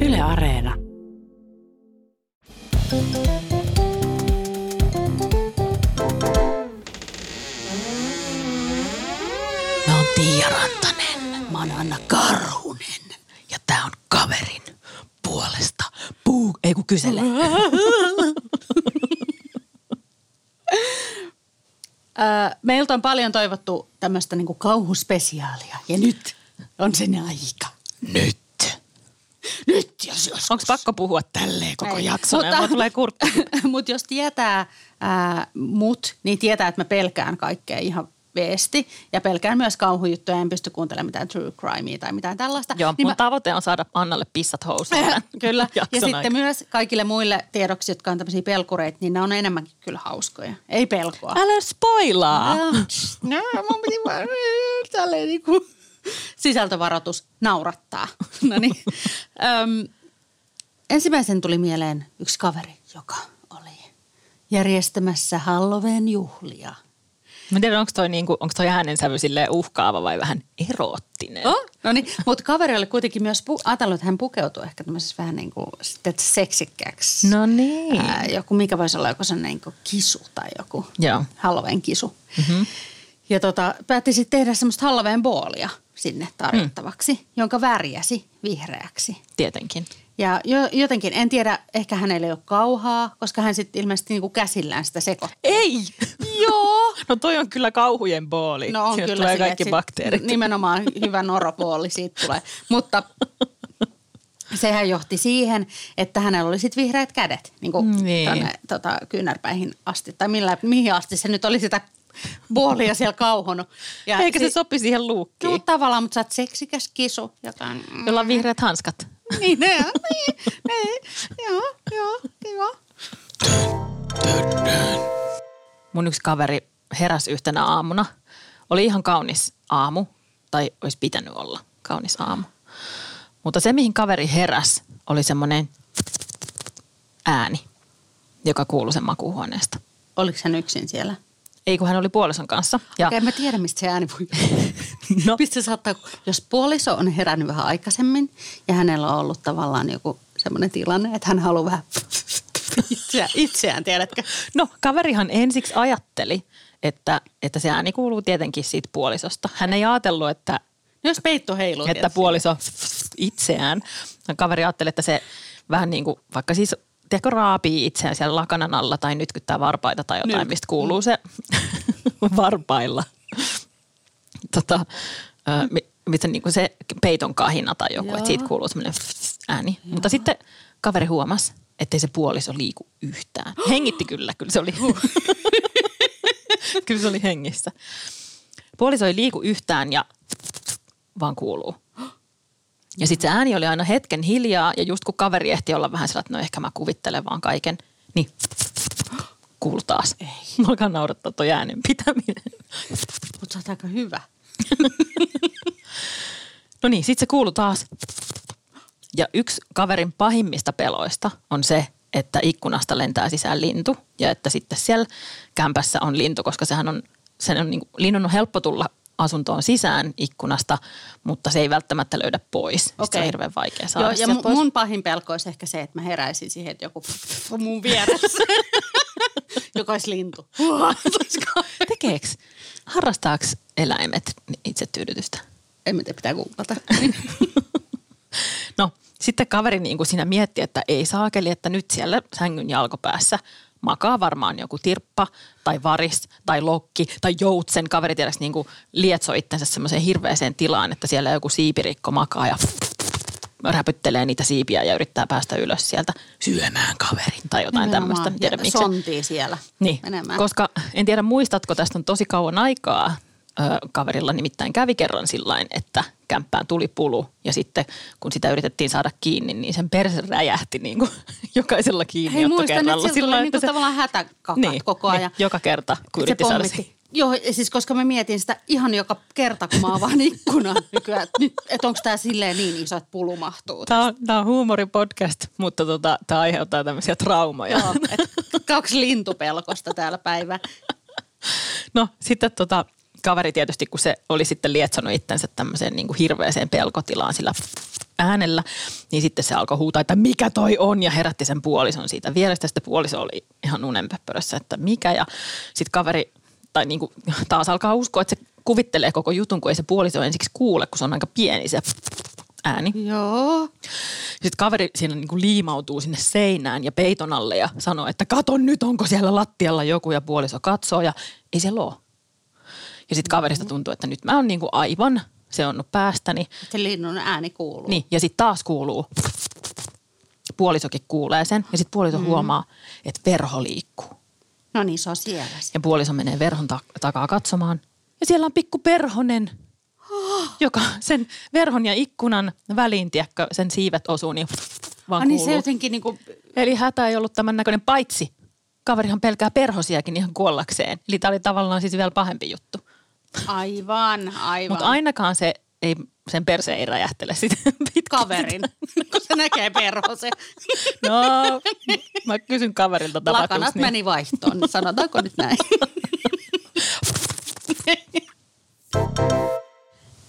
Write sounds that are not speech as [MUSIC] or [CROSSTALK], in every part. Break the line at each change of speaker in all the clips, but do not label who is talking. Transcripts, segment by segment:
Yle Areena. Mä oon Tiia Rantanen. Mä oon Anna Karhunen. Ja tää on kaverin puolesta. Puu... Ei kun
[LAUGHS]
kysele.
Öö, meiltä on paljon toivottu tämmöistä niinku kauhuspesiaalia ja nyt on sen aika.
Nyt. Nyt jos joskus. Onks pakko puhua tälleen koko
Ei.
jakson?
Mutta-
Mulla tulee
[LAUGHS]
kurkku.
Mutta jos tietää ää, mut, niin tietää, että mä pelkään kaikkea ihan veesti. Ja pelkään myös kauhujuttuja, en pysty kuuntelemaan mitään true crimea tai mitään tällaista.
Joo,
niin
mun tavoite on saada Annalle pissat housuun. tämän
[LAUGHS] Kyllä.
[LAUGHS]
Ja
jakson
sitten
aikana.
myös kaikille muille tiedoksi, jotka on tämmöisiä pelkureita, niin ne on enemmänkin kyllä hauskoja. Ei pelkoa.
Älä spoilaa!
Ah. No, mun piti vaan tälleen niinku. Sisältövaroitus naurattaa. [LAUGHS] No niin. Öm, ensimmäisen tuli mieleen yksi kaveri, joka oli järjestämässä Halloween juhlia.
Mä en tiedä, onko toi, niinku, onko toi äänensävy silleen uhkaava vai vähän eroottinen.
Oh? No niin, mutta kaveri oli kuitenkin myös pu- ajatellut, että hän pukeutuu ehkä tämmöisessä vähän niin kuin sitten seksikkääksi.
No niin.
Ää, joku, mikä voisi olla joku sellainen niin kuin kisu tai joku
Joo.
Halloween kisu. Mm-hmm. Ja tota, päätti sitten tehdä semmoista Halloween boolia sinne tarjottavaksi,
Mm.
jonka värjäsi vihreäksi.
Tietenkin.
Ja jo, jotenkin, en tiedä, ehkä hänellä ei ole kauhaa, koska hän sitten ilmeisesti niinku käsillään sitä sekoittaa.
Ei!
Joo!
[LAUGHS] No toi on kyllä kauhujen booli.
No on
Sinne
kyllä
tulee
silleen,
kaikki
että sit
bakteerit.
Nimenomaan hyvä noropooli siitä tulee.
[LAUGHS]
Mutta sehän johti siihen, että hänellä oli sitten vihreät kädet niin kuin
Niin.
niin. tonne, tota, kyynärpäihin asti. Tai millä, mihin asti se nyt oli sitä puolia siellä kauhonut. Ja
Eikä se
sit-
sopi siihen luukkiin,
Juu, tavallaan, mutta sä oot seksikäs kisu, joka on...
[LAUGHS]
Mm,
jolla on vihreät hanskat.
niin, ne, on, niin, ne, joo, joo, kiva.
Mun yksi kaveri heräsi yhtenä aamuna. Oli ihan kaunis aamu, tai olisi pitänyt olla kaunis aamu. Mutta se, mihin kaveri heräs, oli semmoinen ääni, joka kuului sen makuuhuoneesta.
Oliko hän yksin siellä?
Ei, kun hän oli puolison kanssa.
Ja.
Ja
Okei, en mä tiedä, mistä se ääni voi
No.
no. mistä se saattaa, jos puoliso on herännyt vähän aikaisemmin ja hänellä on ollut tavallaan joku semmoinen tilanne, että hän haluaa vähän [LAUGHS] itseään, itseään tiedätkö?
No, kaverihan ensiksi ajatteli, että, että se ääni kuuluu tietenkin siitä puolisosta. Hän ei ajatellut, että,
No jos peitto heiluu.
että
tietysti.
puoliso itseään. No, Kaveri ajatteli, että se vähän niin kuin, vaikka siis tiedätkö, raapii itseään siellä lakanan alla tai nytkyttää varpaita tai jotain,
Nyt.
mistä kuuluu se [LAUGHS] varpailla. Tota, ö, mi- mistä niin kuin se peiton kahina tai joku, että siitä kuuluu semmoinen ääni. Mutta sitten kaveri huomasi, ettei se puoliso liiku yhtään. Hengitti kyllä, kyllä se oli. [LAUGHS] kyllä se oli hengissä. Puoliso ei liiku yhtään ja vaan kuuluu. Ja sitten se ääni oli aina hetken hiljaa ja just kun kaveri ehti olla vähän sillä, että no ehkä mä kuvittelen vaan kaiken, niin kuuluu taas. Ei. Mä alkaa naurattaa toi äänen pitäminen.
Mutta sä oot aika hyvä.
No niin, sitten se kuuluu taas. Ja yksi kaverin pahimmista peloista on se, että ikkunasta lentää sisään lintu ja että sitten siellä kämpässä on lintu, koska sehän on, sen on niin, linnun on helppo tulla asuntoon sisään ikkunasta, mutta se ei välttämättä löydä pois. Sitten Se on
Okei.
hirveän vaikea saada
Joo, ja
sieltä
mun,
pois.
mun pahin pelko olisi ehkä se, että mä heräisin siihen, että joku [LAUGHS] on mun vieressä, joka olisi lintu. [LAUGHS]
Tekeekö, harrastaako eläimet itse tyydytystä?
en mä tiedä, pitää
[LAUGHS]
googlata.
Niin, No, sitten kaveri niin kuin siinä mietti, että ei saakeli, että nyt siellä sängyn jalkopäässä makaa varmaan joku tirppa tai varis tai lokki tai joutsen. Kaveri tiedäks niin kuin lietso itsensä semmoiseen hirveäseen tilaan, että siellä joku siipirikko makaa ja räpyttelee niitä siipiä ja yrittää päästä ylös sieltä syömään kaverin tai jotain tämmöistä. En Tiedä,
Ja
miksi.
Sontii siellä
Niin,
menemään.
koska en tiedä muistatko, tästä on tosi kauan aikaa. Ö, kaverilla nimittäin kävi kerran sillain, että kämppään tuli pulu ja sitten kun sitä yritettiin saada kiinni, niin sen perse räjähti niin kuin [LAUGHS] jokaisella kiinni
Hei muistan, että
kerralla.
siellä tuli niinku tavallaan hätäkakat koko ajan.
Niin, joka kerta, kun
se
yritti saada
pommitti.
se.
Joo, ja siis koska mä mietin sitä ihan joka kerta, kun
[LAUGHS]
mä avaan ikkunan nykyään, että nyt- että onko tämä silleen niin iso, että pulu mahtuu.
Tämä on, tämä on huumoripodcast, mutta tota, tämä aiheuttaa tämmöisiä traumoja.
Joo, et kaksi lintupelkosta täällä päivä.
No sitten tota, kaveri tietysti, kun se oli sitten lietsonut itsensä tämmöiseen niin kuin hirveäseen pelkotilaan sillä äänellä, niin sitten se alkoi huutaa, että mikä toi on, ja herätti sen puolison siitä vierestä. Sitten puoliso oli ihan unenpöpörössä, että mikä, ja sitten kaveri tai niin kuin, taas alkaa uskoa, että se kuvittelee koko jutun, kun ei se puoliso ensiksi kuule, kun se on aika pieni se ääni.
Joo.
Sitten kaveri siinä niin kuin liimautuu sinne seinään ja peiton alle ja sanoo, että kato nyt, onko siellä lattialla joku ja puoliso katsoo ja ei siellä ole. Ja sitten kaverista tuntuu, että nyt mä oon niin kuin aivan seonnut päästäni.
Se linnun ääni kuuluu.
Niin, ja sitten taas kuuluu. Puolisokin kuulee sen ja sitten puoliso mm. huomaa, että verho liikkuu.
No niin, se on siellä. se.
Ja puoliso menee verhon ta- takaa katsomaan. Ja siellä on pikku
[GASPS]
perhonen, joka sen verhon ja ikkunan väliin, tiedätkö, sen siivet osuu, niin vaan
Ah, niin se
kuuluu.
jotenkin niinku,
Eli hätä ei ollut tämän näköinen, paitsi kaverihan pelkää perhosiakin ihan kuollakseen. Eli tämä oli tavallaan siis vielä pahempi juttu.
aivan, aivan.
Mutta ainakaan se ei, sen perse ei räjähtele [LAUGHS] sitten
kaverin, [LAUGHS] kun se näkee perhosen.
No, mä kysyn kaverilta
Lakanat
tapahtuuko niin.
meni [LAUGHS] vaihtoon, sanotaanko nyt näin.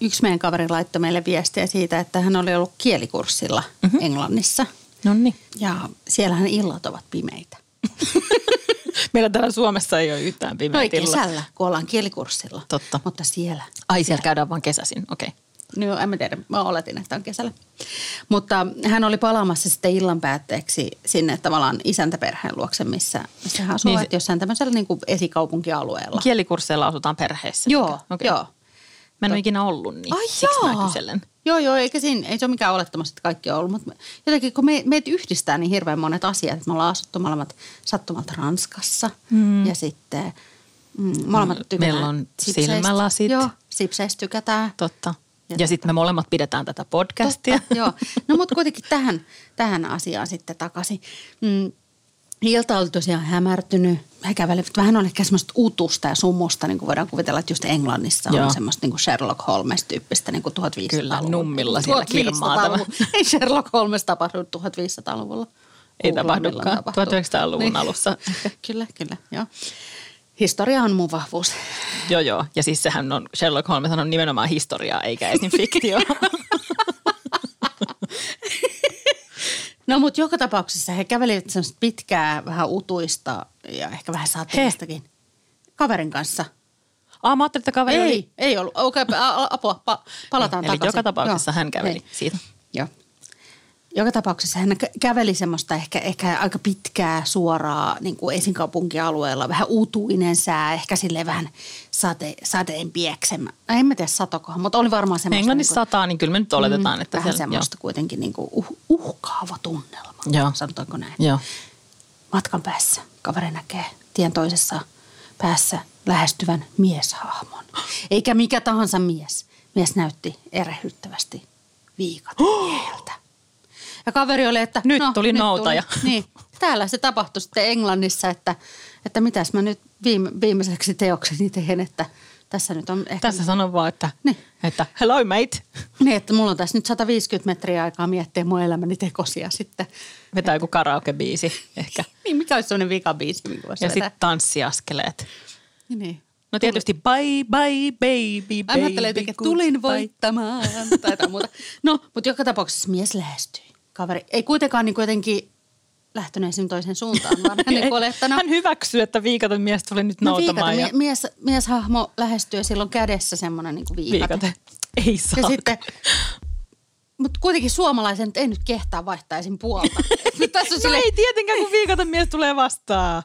Yksi meidän kaveri laittoi meille viestiä siitä, että hän oli ollut kielikurssilla mm-hmm. Englannissa.
No niin.
Ja siellähän illat ovat pimeitä.
Meillä täällä Suomessa ei ole yhtään
No
pimeä
ei
tila.
kesällä, kun ollaan kielikurssilla.
Totta.
Mutta siellä.
Ai, siellä käydään vaan kesäisin, okei. Okay.
No joo, en mä tiedä, mä oletin, että on kesällä. Mutta hän oli palaamassa sitten illan päätteeksi sinne tavallaan isäntäperheen luokse, missä, missä hän asuu,
Niin
niin
se-
se... jossain tämmöisellä niin kuin esikaupunkialueella.
Kielikursseilla asutaan perheessä.
joo,
Okei.
okay. joo.
Mä en ole ikinä ollut, niin Ai siksi mä kyselen.
Joo, joo, eikä siinä, ei se ole mikään olettamus, että kaikki on ollut, mutta jotenkin kun me, meitä yhdistää niin hirveän monet asiat, että me ollaan asuttu molemmat sattumalta Ranskassa mm. ja sitten mm, molemmat
Mm,
tykätään.
meillä on
sipseistä.
silmälasit.
Joo, sipseistä tykätään.
Totta.
Ja
Ja sitten me molemmat pidetään tätä podcastia.
Totta, joo. No mutta kuitenkin tähän, tähän asiaan sitten takaisin. Mm. Ilta oli tosiaan hämärtynyt. He kävelivät vähän on ehkä semmoista utusta ja sumusta, niin kuin voidaan kuvitella, että just Englannissa
Joo.
on semmoista niin kuin Sherlock Holmes-tyyppistä niin kuin 1500-luvulla.
Kyllä, nummilla siellä kirmaa tämä.
1500-luvulla. Ei Sherlock Holmes tapahdu 1500-luvulla.
Ei
Googlaa, milloin
tapahdukaan.
tapahtuu.
1900-luvun alussa.
Niin. [LAUGHS] kyllä, kyllä, joo. Historia on mun vahvuus.
Joo, joo. Ja siis sehän on, Sherlock Holmes on nimenomaan historiaa, eikä esim.
[LAUGHS]
fiktio.
No mutta joka tapauksessa he kävelivät semmoista pitkää, vähän utuista ja ehkä vähän saatiistakin kaverin kanssa.
ah, mä ajattelin, että kaveri
Ei,
oli...
ei, ei ollut. Okei, okay, apua, pa, palataan
Eli
takaisin.
joka tapauksessa
Joo,
hän käveli
ei.
siitä.
Joo. Joka tapauksessa hän kä- käveli semmoista ehkä, ehkä aika pitkää suoraa niin kuin esinkaupunkialueella. Vähän uutuinen sää, ehkä silleen vähän sate, sateen pieksemä. No, En mä tiedä satokohan, mutta oli varmaan semmoista.
Englannissa
niin kuin-
sataa, niin kyllä me nyt oletetaan,
Mm,
että
Vähän
siellä- joo.
semmoista kuitenkin niin kuin uh, uhkaava tunnelma,
Joo.
sanotaanko näin.
Joo.
Matkan päässä kaveri näkee tien toisessa päässä lähestyvän mieshahmon. Eikä mikä tahansa mies. Mies näytti erehdyttävästi [GASPS] viikata mieheltä. Ja kaveri oli, että no,
Nyt tuli noutaja.
[LAUGHS] Niin, täällä se tapahtui sitten Englannissa, että, että mitäs mä nyt viime, viimeiseksi teokseni teen, että tässä nyt on ehkä...
Tässä sanon vaan, että,
Niin.
että hello mate.
Niin, että mulla on tässä nyt 150 metriä aikaa miettiä mun elämäni tekosia sitten.
Vetää joku karaokebiisi ehkä.
Niin, mikä olisi sellainen vikabiisi, minkä voisi
Ja
vetää?
sitten tanssiaskeleet.
Niin.
No tietysti bye bye baby
Mä
baby.
ajattelen jotenkin, että tulin voittamaan [LAUGHS] tai jotain muuta. No, mutta joka tapauksessa mies lähestyi. Kaveri ei kuitenkaan niin jotenkin lähtönyt esim. toiseen suuntaan, vaan
[LAUGHS]
hän niin olettana.
Hän hyväksyy, että viikaton mies tuli nyt
No viikate,
noutamaan.
ja... mies, mieshahmo lähestyy ja sillä on kädessä semmoinen niin viikate.
viikate. Ei saa.
Ja sitten, mutta kuitenkin suomalaisen nyt ei nyt kehtaa vaihtaa esim. puolta. [LAUGHS] Et Tässä on
No
silleen,
ei tietenkään, kun viikaton mies tulee vastaan.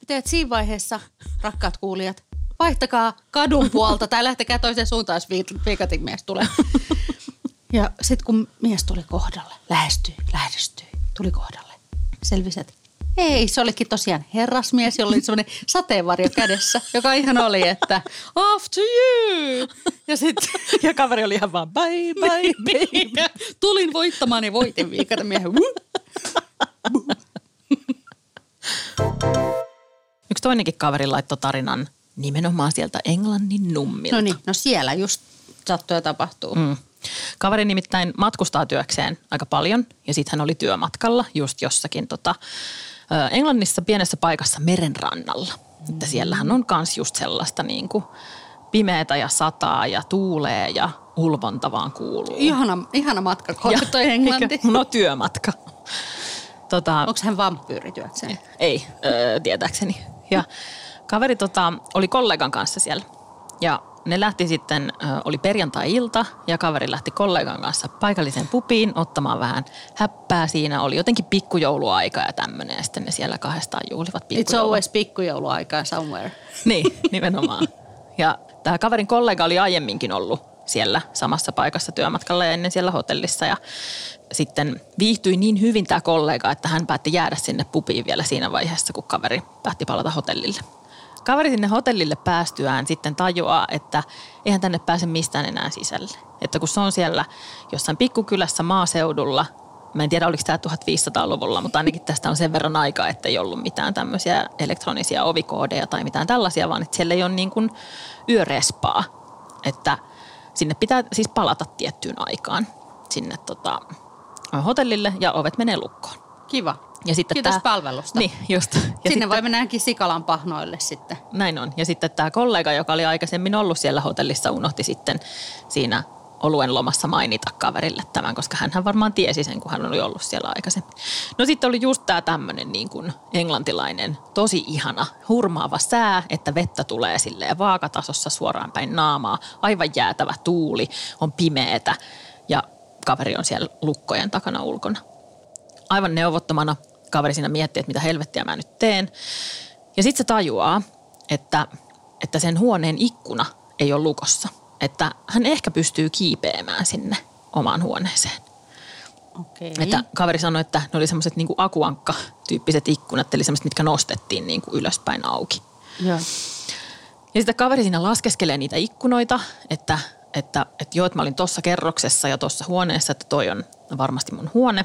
Mutta et siinä vaiheessa, rakkaat kuulijat, vaihtakaa kadun puolta tai lähtekää toiseen suuntaan, jos viik- viikatin mies tulee. Ja sitten kun mies tuli kohdalle, lähestyi, lähestyi, tuli kohdalle, selvisi, että ei, se olikin tosiaan herrasmies, jolla oli semmoinen sateenvarjo kädessä, joka ihan oli, että after you. Ja sitten
Ja kaveri oli ihan vaan bye [LAUGHS]
[LAUGHS]
bye baby.
tulin voittamaan ja voitin viikatin miehen.
Yksi toinenkin kaveri laittoi tarinan nimenomaan sieltä Englannin nummilta.
No niin, no siellä just sattuu ja tapahtuu. Mm.
Mm. Kaveri nimittäin matkustaa työkseen aika paljon ja sitten hän oli työmatkalla just jossakin tota, ö, Englannissa pienessä paikassa merenrannalla. Että siellähän on kans just sellaista niin kuin pimeätä ja sataa ja tuulee ja ulvonta vaan kuuluu.
Ihana, ihana matka, kun
Ja-
toi englanti.
No työmatka. Tota,
Onko hän vampyyri
Niin.
työkseen?
Ei, öö, tietääkseni. Ja kaveri tota, oli kollegan kanssa siellä. Ja ne lähti sitten, ö, oli perjantai-ilta ja kaveri lähti kollegan kanssa paikalliseen pupiin ottamaan vähän häppää. Siinä oli jotenkin pikkujouluaika ja tämmöinen ja sitten ne siellä kahdestaan juhlivat
It's
pikkujoulua.
always pikkujouluaikaa somewhere.
Niin, nimenomaan. Ja tämä kaverin kollega oli aiemminkin ollut siellä samassa paikassa työmatkalla ja ennen siellä hotellissa. Ja sitten viihtyi niin hyvin tämä kollega, että hän päätti jäädä sinne pupiin vielä siinä vaiheessa, kun kaveri päätti palata hotellille. Kaveri sinne hotellille päästyään sitten tajuaa, että eihän tänne pääse mistään enää sisälle. Että kun se on siellä jossain pikkukylässä maaseudulla, mä en tiedä oliko tämä 1500-luvulla, mutta ainakin tästä on sen verran aikaa, että ei ollut mitään tämmöisiä elektronisia ovikoodeja tai mitään tällaisia, vaan että siellä ei ole niin kuin yörespaa. Että sinne pitää siis palata tiettyyn aikaan sinne tota, hotellille ja ovet menee lukkoon.
Kiva.
Ja sitten
Kiitos
tää-
palvelusta.
Niin, just. Ja
Sinne sitten... voi mennäkin Sikalan pahnoille sitten.
näin on. Ja sitten tämä kollega, joka oli aikaisemmin ollut siellä hotellissa, unohti sitten siinä oluen lomassa mainita kaverille tämän, koska hän varmaan tiesi sen, kun hän oli ollut siellä aikaisemmin. No sitten oli just tämä tämmöinen niin kuin englantilainen, tosi ihana, hurmaava sää, että vettä tulee silleen vaakatasossa suoraan päin naamaa, aivan jäätävä tuuli, on pimeetä ja kaveri on siellä lukkojen takana ulkona. Aivan neuvottomana kaveri siinä miettii, että mitä helvettiä mä nyt teen. Ja sitten se tajuaa, että, että sen huoneen ikkuna ei ole lukossa. Että hän ehkä pystyy kiipeämään sinne omaan huoneeseen.
Okei.
Että kaveri sanoi, että ne oli semmoiset niin akuankka-tyyppiset ikkunat, eli semmoiset, mitkä nostettiin niin kuin ylöspäin auki.
Joo.
Ja sitten kaveri siinä laskeskelee niitä ikkunoita, että, että, että joo, että mä olin tuossa kerroksessa ja tuossa huoneessa, että toi on varmasti mun huone.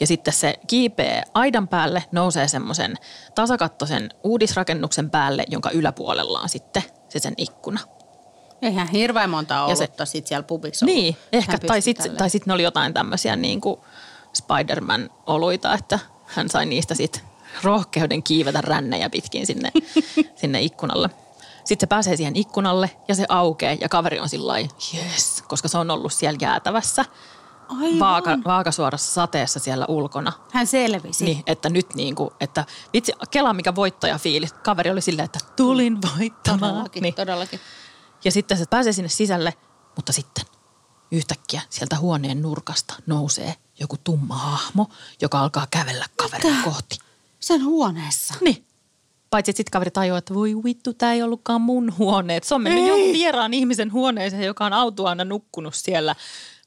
Ja sitten se kiipee aidan päälle, nousee semmoisen tasakattoisen uudisrakennuksen päälle, jonka yläpuolella on sitten se sen ikkuna.
Eihän hirveän monta
Ja se-
olutta sit siellä pubissa ollut.
Niin, ehkä.
Hän pisti
Tai sitten
tälleen.
tai sit ne oli jotain tämmöisiä niin kuin Spider-Man-oluita, että hän sai niistä sitten rohkeuden kiivetä rännejä pitkin
[LAUGHS]
sinne, sinne ikkunalle. Sitten se pääsee siihen ikkunalle ja se aukeaa ja kaveri on sillä yes, koska se on ollut siellä jäätävässä
Aivan.
vaaka, vaakasuorassa sateessa siellä ulkona.
Hän selvisi.
Niin, että nyt niin kuin, että vitsi, Kela mikä voittaja fiilis. Kaveri oli silleen, että tulin voittamaan.
Todellakin,
Niin.
niin. todellakin.
Ja sitten se pääsee sinne sisälle, mutta sitten yhtäkkiä sieltä huoneen nurkasta nousee joku tumma hahmo, joka alkaa kävellä kaveria
Mitä?
kohti.
Sen huoneessa.
Niin. Paitsi, että sitten kaveri tajuaa, että voi vittu, tämä ei ollutkaan mun huone. Et se on mennyt
Ei.
jonkun vieraan ihmisen huoneeseen, joka on autuaana nukkunut siellä.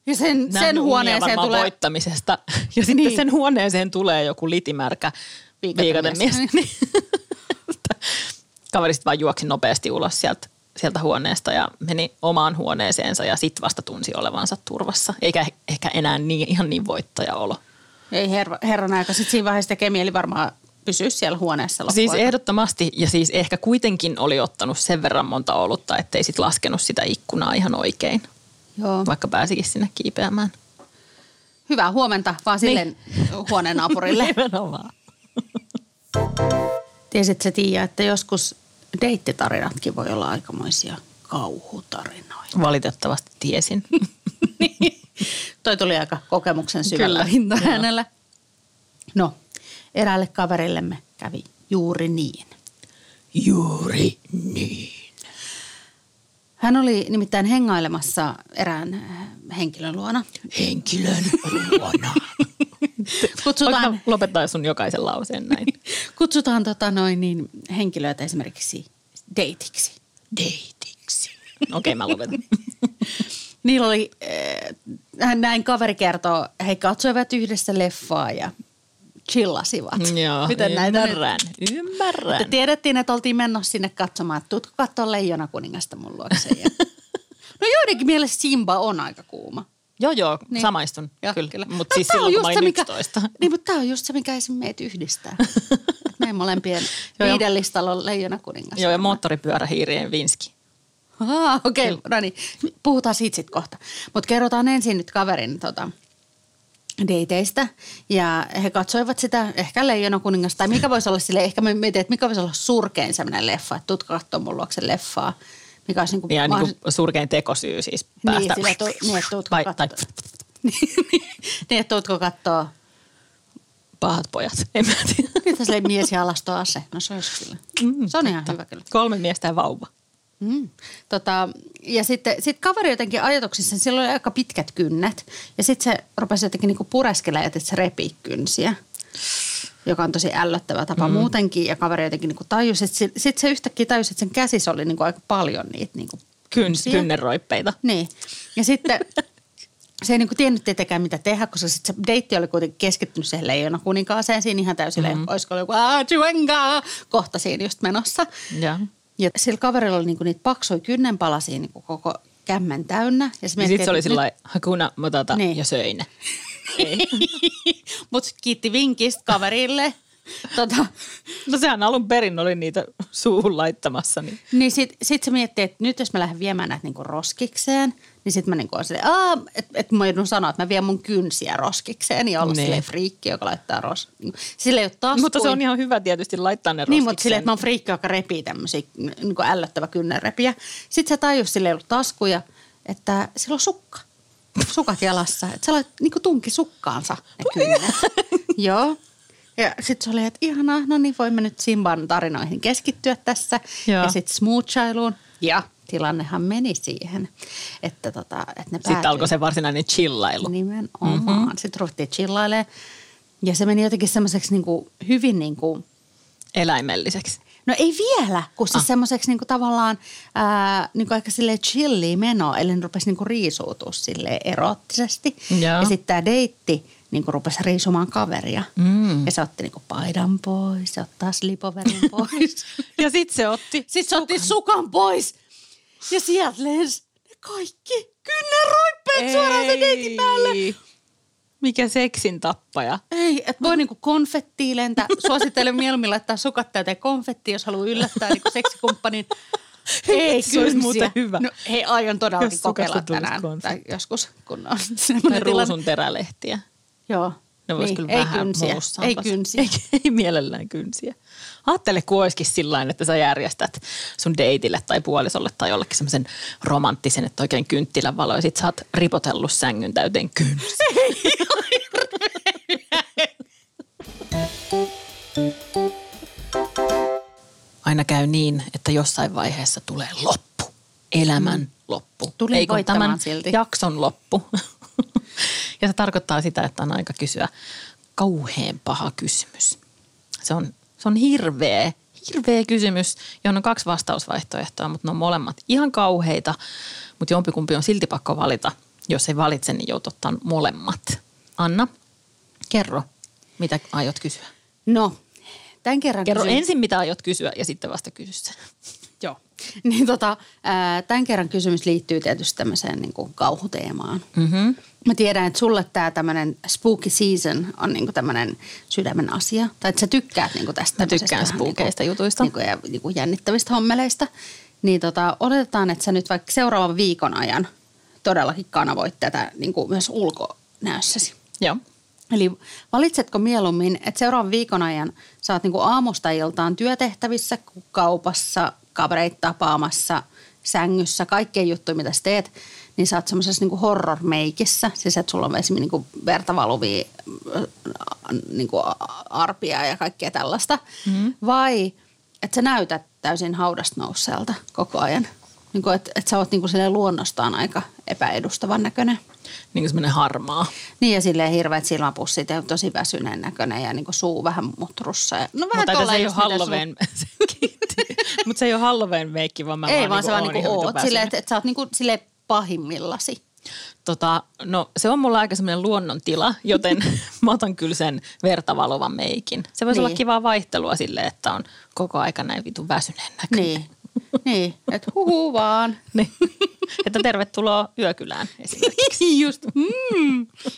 Ja sen,
Nähnyt
sen
unia
huoneeseen
varmaan
tulee...
voittamisesta. Ja sitten niin.
Niin.
sen huoneeseen tulee joku litimärkä viikatemies.
Viikatemies.
Niin. Kaveri sitten vaan juoksi nopeasti ulos sieltä, sieltä huoneesta ja meni omaan huoneeseensa ja sit vasta tunsi olevansa turvassa. Eikä ehkä enää niin, ihan niin voittaja olo.
Ei herra, herran aika. Sitten siinä vaiheessa tekee mieli varmaan pysyä siellä huoneessa loppuun.
Siis ehdottomasti ja siis ehkä kuitenkin oli ottanut sen verran monta olutta, ettei sit laskenut sitä ikkunaa ihan oikein,
Joo.
vaikka pääsikin sinne kiipeämään.
Hyvää huomenta vaan sille
Niin. [LAUGHS]
huoneen naapurille.
Nimenomaan.
Tiesit sä Tiia, että joskus deittitarinatkin voi olla aikamoisia kauhutarinoita.
Valitettavasti tiesin.
Toi tuli aika kokemuksen syvällä
Kyllä,
hinta
joo.
hänellä. No, eräälle kaverillemme kävi juuri niin.
Juuri niin.
Hän oli nimittäin hengailemassa erään äh, henkilön luona.
Henkilön
[LAUGHS]
luona.
Kutsutaan,
Voitko lopettaa sun jokaisen lauseen näin?
kutsutaan tota noin, niin henkilöitä esimerkiksi deitiksi.
[LAUGHS] Deitiksi.
Okei, okay, mä lopetan.
Niillä oli, äh, hän- näin kaveri kertoo, he katsoivat yhdessä leffaa ja chillasivat.
Joo,
Miten näitä nyt-
ymmärrän, ymmärrän.
Mutta tiedettiin, että oltiin menossa sinne katsomaan, että tuutko katsoa Leijona kuningasta mun luokse. Ja...
[LAUGHS]
No joidenkin mielestä Simba on aika kuuma.
Joo, joo, niin.
Niin.
samaistun.
Joo,
kyllä. kyllä.
No,
Mutta siis
tää on
silloin, kun
just
mä
se,
olin 11.
[LAUGHS] Niin, mutta tämä on just se, mikä esim.
[LAUGHS]
meitä yhdistää. Et Meidän molempien
Joo, ja-
viiden listalla on Leijona kuningas.
Joo, ja moottoripyörähiirien vinski.
Ah, okei, okay. no niin. Puhutaan siitä sitten kohta. Mutta kerrotaan ensin nyt kaverin tota, dateista. Ja he katsoivat sitä, ehkä Leijona kuningas, tai mikä voisi olla sille, ehkä me mietin, että mikä voisi olla surkein sellainen leffa, että tutko katsoa mun luokse leffaa, Mikä olisi niin kuin
Ja niin kuin surkein tekosyy siis
Niin,
päästä.
sillä tu- niin, että tuutko
Vai- tai
kattoo. niin, että tuutko kattoo.
pahat pojat. En mä tiedä.
Mitä sille mies ja alasto ase? No se olisi kyllä. se on ihan hyvä kyllä.
Kolme miestä ja vauva.
Mm. Tota, ja sitten sit kaveri jotenkin ajatuksissa, niin sillä oli aika pitkät kynnet. Ja sitten se rupesi jotenkin niinku pureskelemaan, että se repii kynsiä, joka on tosi ällöttävä tapa mm. muutenkin. Ja kaveri jotenkin niinku tajusi, että sitten se yhtäkkiä tajusi, että sen käsissä oli niinku aika paljon niitä niinku
Kyn,
Kynsiä.
kynneroippeita.
Niin. Ja sitten [LAUGHS] se ei niinku tiennyt tietenkään mitä tehdä, koska sit se deitti oli kuitenkin keskittynyt siihen leijona kuninkaaseen siinä ihan täysillä. Mm-hmm. Olisiko ollut joku "Aa, Chiwenga!" kohta siinä just menossa.
Ja.
Ja sillä kaverilla oli niinku niitä paksuja kynnenpalasia niinku koko kämmen täynnä. Ja,
Ja sitten Niin se oli sillä
sillä
lailla, hakuna matata
Niin.
niin. ja söi ne.
Mut kiitti vinkistä kaverille. tota,
[LAUGHS] No sehän alun perin oli niitä suuhun laittamassa. Niin.
Niin sit, sit se miettii, että nyt jos mä lähden viemään näitä niinku roskikseen, niin sit mä niinku oon silleen, että et mä joudun sanoa, että mä vien mun kynsiä roskikseen ja olla
Niin.
silleen friikki, joka laittaa ros... niinku, Sillä ei ole taskuja.
Mutta se on ihan hyvä tietysti laittaa ne
Niin,
roskikseen.
mutta silleen, että mä oon friikki, joka repii tämmöisiä niinku ällöttävä kynnänrepiä. Sitten se tajus, sillä ei ollut taskuja, että sillä on sukka. Sukat jalassa. Että se lait, niinku tunki sukkaansa ne
[LAUGHS]
kynnet. Joo. Ja sitten se oli, että ihanaa, no niin voimme nyt Simban tarinoihin keskittyä tässä. Joo.
Joo.
Ja sitten smoochailuun. Ja tilannehan meni siihen, että, tota, että ne
Sitten
päätyi-
alkoi se Mhm. varsinainen chillailu.
Niin. Nimenomaan. Mm-hmm. Sitten ruvettiin chillailemaan. Ja se meni jotenkin semmoiseksi niinku, hyvin niinku,
Eläimelliseksi.
No ei vielä, kun siis ah. semmoiseksi niinku tavallaan ää, niinku aika sille chilli meno, eli ne rupesi niinku riisuutua sille eroottisesti.
Joo.
Ja sitten tämä deitti niinku rupesi riisumaan kaveria. Mm. Ja se otti niinku paidan pois, se otti taas [LAUGHS] lipoverin pois.
Ja sitten se otti.
sitten se otti sukan pois ja sieltä lensi ne kaikki kynneroippeet suoraan sen deitin päälle.
Mikä seksin tappaja.
Ei, että voi niinku konfettiin lentää. Suosittelen mieluummin laittaa sukat täyteen konfettiin, jos haluaa yllättää niinku seksikumppanin. [LAUGHS] Ei,
Se olisi
kynsiä.
muuten hyvä.
No, hei, aion todellakin
Jos sukasta
kokeilla
tulisi
tänään
konfetti.
tai joskus, kun [LAUGHS] on
Tai
semmoinen tilanne.
ruusun terälehtiä.
Joo.
Ne vois niin, kyllä
ei
vähän
kynsiä.
muussaanpas.
Ei kynsiä.
Ei, [LAUGHS] ei mielellään kynsiä. Ajattele, kun olisikin sillain, että sä järjestät sun deitille tai puolisolle tai jollekin semmoisen romanttisen, että oikein kynttilän valo ja sit sä oot ripotellut sängyn täyteen kynsiä. Aina käy niin, että jossain vaiheessa tulee loppu. Elämän loppu.
Tulin
Ei kun
Mm. voittamaan
tämän
silti.
jakson loppu. [LAUGHS] ja se tarkoittaa sitä, että on aika kysyä kauhean paha kysymys. Se on, se on hirveä, hirveä kysymys, johon on kaksi vastausvaihtoehtoa, mutta ne on molemmat ihan kauheita, mutta jompikumpi on silti pakko valita. Jos ei valitse, niin joudut ottaan molemmat. Anna, kerro, mitä aiot kysyä.
No, tämän kerran
Kerro
kysyin-
ensin, mitä aiot kysyä ja sitten vasta kysy sen.
Joo. [LAUGHS] Niin tota, ää, tämän kerran kysymys liittyy tietysti tämmöiseen niin kuin kauhuteemaan. Mm-hmm. Mä tiedän, että sulle tämä tämmöinen spooky season on niin kuin tämmöinen sydämen asia. Tai että sä tykkäät niin kuin tästä
Mä
tämmöisestä
tykkään
vähän
spookeista
niin kuin-
jutuista.
Niin kuin, ja niin kuin jännittävistä hommeleista. Niin tota, odotetaan, että sä nyt vaikka seuraavan viikon ajan todellakin kanavoit tätä niin kuin myös ulkonäössäsi.
Joo.
Eli valitsetko mieluummin, että seuraavan viikon ajan sä oot niinku aamusta iltaan työtehtävissä, kaupassa, kavereit tapaamassa, sängyssä, kaikkea juttuja, mitä sä teet, niin sä oot semmoisessa niinku horror-meikissä. Siis että sulla on esimerkiksi niinku verta valuvia äh, niinku a- arpia ja kaikkea tällaista. Mm. Vai että sä näytät täysin haudasta nousseelta koko ajan. Niinku, että et sä oot niinku silleen luonnostaan aika epäedustavan näköinen.
Niin kuin semmoinen harmaa.
Niin ja silleen hirveät silmäpussit ja tosi väsyneen näköinen ja niinku suu vähän mutrussa. Ja, no vähän
Mutta
tolleen
se ei ole
just mitä sun-
Halloween, [LAUGHS] mutta se ei ole Halloween meikki, vaan mä
Ei vaan
vaan
sä vaan niinku
oon
oot
ihan
silleen, että et sä oot niinku silleen pahimmillasi.
Tota, no se on mulla aika semmoinen luonnon tila,
[LAUGHS]
joten [LAUGHS] mä otan kyllä sen vertavalovan meikin. Se voisi
Niin.
olla kivaa vaihtelua sille, että on koko aika näin vitun väsyneen näköinen.
Niin, niin. että huhu vaan.
[LAUGHS] Niin. että
[LAUGHS]
tervetuloa yökylään esimerkiksi.
Just, mm.